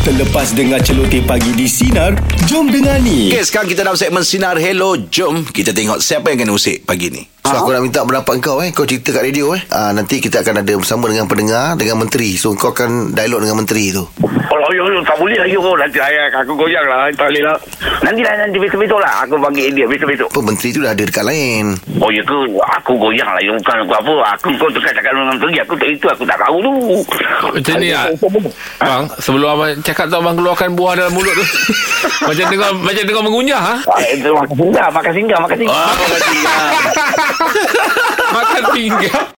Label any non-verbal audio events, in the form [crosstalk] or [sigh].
Terlepas dengar celoteh pagi di Sinar, jom dengar ni. Okay, sekarang kita dalam segmen Sinar Hello. Jom kita tengok siapa yang kena usik pagi ni. So aku nak minta pendapat kau eh Kau cerita kat radio eh ha, Nanti kita akan ada bersama dengan pendengar Dengan menteri So kau akan dialog dengan menteri tu Oh, yo, yo, tak boleh lagi oh. Nanti ayah aku goyang lah. Tak boleh lah. Nantilah, nanti besok-besok lah. Aku panggil dia besok-besok. Apa menteri tu dah ada dekat lain Oh, ya ke? Aku goyang lah. Ya, bukan aku apa. Aku kau tukar cakap dengan pergi. Aku tak itu. Aku tak tahu tu. Macam ni lah Bang Sebelum abang cakap tu Abang keluarkan buah dalam mulut tu [laughs] Macam dengar Macam dengar mengunyah ha? Ah, itu Ah, Makan singgah, makan singgah, makan singgah. Ah, kau mati. Ah. Makan pinggang